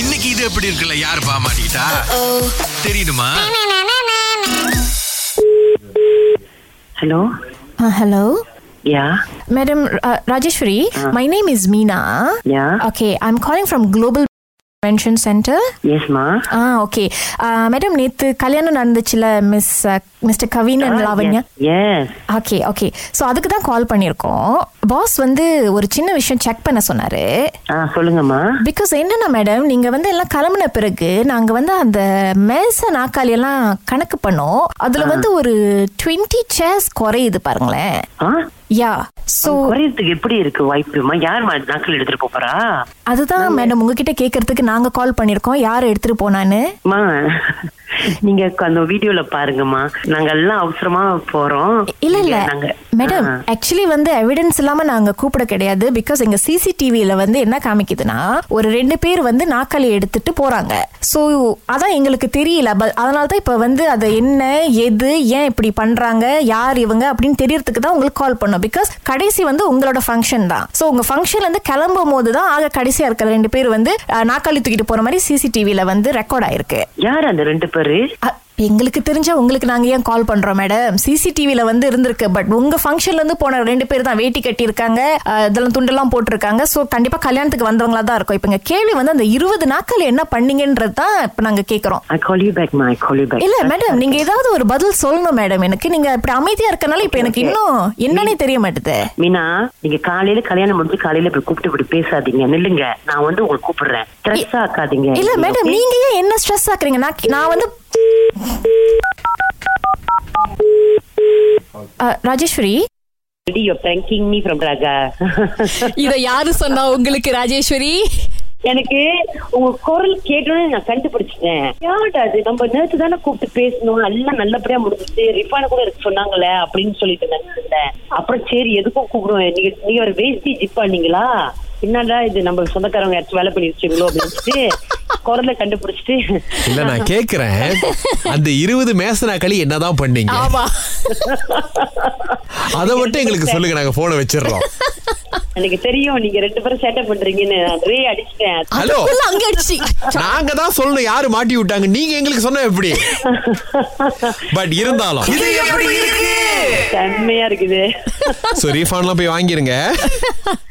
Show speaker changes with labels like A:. A: இன்னைக்கு இது எப்படி இருக்குல்ல யார் பாமாட்டா தெரியுமா
B: hello
C: Uh, hello,
B: yeah
C: Madam uh, Rajeshwari. My name is Meena.
B: Yeah.
C: Okay, I'm calling from Global Convention Center. Ah,
B: எஸ்மா
C: ஆ ஓகே மேடம் நேற்று கல்யாணம் நடந்துச்சுல uh, miss mister Kavin
B: Ah,
C: and Lavanya
B: yes
C: okay okay so அதுக்கு தான் கால் பண்ணியிருக்கோம் pass வந்து ஒரு சின்ன விஷயம் செக் பண்ண சொன்னாரு
B: ஆ சொல்லுங்கம்மா
C: பிகாஸ் என்னன்னா மேடம் நீங்க வந்து எல்லாம் கிளம்பின பிறகு நாங்க வந்து அந்த மேச நாற்காலி எல்லாம் கணக்கு பண்ணோம் அதுல வந்து ஒரு டுவெண்ட்டி சேர்ஸ் குறையுது பாருங்களேன்
B: ஆ
C: யா
B: Oh,
C: ஸோ
B: குறையறதுக்கு எப்படி இருக்கு வாய்ப்புமா யார் நாக்கள் எடுத்துட்டு போறா
C: அதுதான் மேடம் உங்ககிட்ட கேட்கறதுக்கு நாங்க கால் பண்ணியிருக்கோம் யார் எடுத்துட்டு போனான்னு
B: மா நீங்க அந்த வீடியோல பாருங்கம்மா நாங்க எல்லாம் அவசரமா போறோம்
C: இல்ல இல்ல
B: நாங்க
C: மேடம்
B: ஆ,
C: ஆக்சுவலி வந்து எவிடன்ஸ் இல்லாம நாங்க கூப்பிட கிடையாது பிகாஸ் எங்க சிசிடிவில வந்து என்ன காமிக்குதுன்னா ஒரு ரெண்டு பேர் வந்து நாக்காளி எடுத்துட்டு போறாங்க சோ அதான் எங்களுக்கு தெரியல ப- அதனால தான் இப்ப வந்து அது என்ன எது ஏன் இப்படி பண்றாங்க யார் இவங்க அப்படின்னு தெரியறதுக்கு தான் உங்களுக்கு கால் பண்ணோம் பிகாஸ் கடைசி வந்து உங்களோட ஃபங்க்ஷன் தான் சோ உங்க ஃபங்க்ஷன்ல இருந்து கிளம்பும் போது தான் ஆக கடைசியா இருக்கிற ரெண்டு பேர் வந்து அஹ், நாக்காளி தூக்கிட்டு போற மாதிரி சிசிடிவில வந்து ரெக்கார்ட் ஆயிருக்கு
B: யார் அந்த ரெண்டு பேரு
C: அ, எங்களுக்கு தெரிஞ்சா உங்களுக்கு நாங்க ஏன் கால் பண்றோம் மேடம் சிசிடிவில வந்து இருந்திருக்கு பட் உங்க ஃபங்க்ஷன்ல இருந்து போன ரெண்டு பேர் தான் வேட்டி கட்டி இருக்காங்க இதெல்லாம் துண்டெல்லாம் போட்டிருக்காங்க சோ கண்டிப்பா கல்யாணத்துக்கு வந்தவங்களா தான் இருக்கும் இப்ப இங்க கேள்வி வந்து அந்த இருபது நாட்கள் என்ன பண்ணீங்கன்றது தான் இப்ப நாங்க கேக்குறோம்
B: ஐ கால் யூ பேக் மா ஐ கால் யூ பேக்
C: இல்ல மேடம் நீங்க ஏதாவது ஒரு பதில் சொல்லணும் மேடம் எனக்கு நீங்க இப்படி அமைதியா இருக்கனால இப்ப எனக்கு இன்னும் என்னன்னே தெரிய மாட்டுது
B: மீனா நீங்க காலையில கல்யாணம் முடிஞ்சு காலையில இப்படி கூப்பிட்டு இப்படி பேசாதீங்க நில்லுங்க நான் வந்து உங்களுக்கு கூப்பிடுறேன் ஸ்ட்ரெஸ் ஆக்காதீங்க
C: இல்ல
B: நீங்க,
C: மேடம்
B: okay?
C: நீங்க ஏன் என்ன ஸ்ட்ரெஸ் ஆக்குறீங்க நான் கே- நான் வந்து அ, Rajeshwari
B: Already you're pranking me from Raga.
C: இத யாரு சொன்னா உங்களுக்கு ராஜேஸ்வரி
B: எனக்கு உங்க குரல் கேட்டோன்னு நான் கண்டுபிடிச்சிட்டேன் யார்டா அது நம்ம நேத்து தானே கூப்பிட்டு பேசணும் எல்லாம் நல்லபடியா முடிஞ்சிச்சு ரிஃபான கூட இருக்கு சொன்னாங்களே அப்படின்னு சொல்லிட்டு நினைச்சிருந்தேன் அப்புறம் சரி எதுக்கும் கூப்பிடுவேன் நீங்க நீங்க ஒரு வேஸ்டி ஜிப் பண்ணீங்களா என்னடா இது நம்ம சொந்தக்காரங்க யாராச்சும் வேலை பண்ணி வச்சுங்களோ அப்படின்ட்டு குரலை கண்டுபிடிச்சிட்டு
A: இல்ல நான் கேக்குறேன் அந்த இருபது மேசனா களி என்னதான் பண்ணீங்க
C: ஆமா
A: அத மட்டும் எங்களுக்கு சொல்லுங்க நாங்க போனை வச்சிடுறோம்
B: எனக்கு தெரியும் நீங்க ரெண்டு பேரும் சேட்டை பண்றீங்கன்னு நான் ரே அடிச்சிட்டேன்
A: ஹலோ
C: அதுக்குள்ள அங்க அடிச்சு
A: நாங்க தான் சொல்லணும் யாரு மாட்டி விட்டாங்க நீங்க எங்களுக்கு சொன்னா எப்படி பட் இருந்தாலும் இது எப்படி இருக்கு
B: செம்மையா இருக்குது
A: சோ ரீஃபண்ட்லாம் போய் வாங்கிருங்க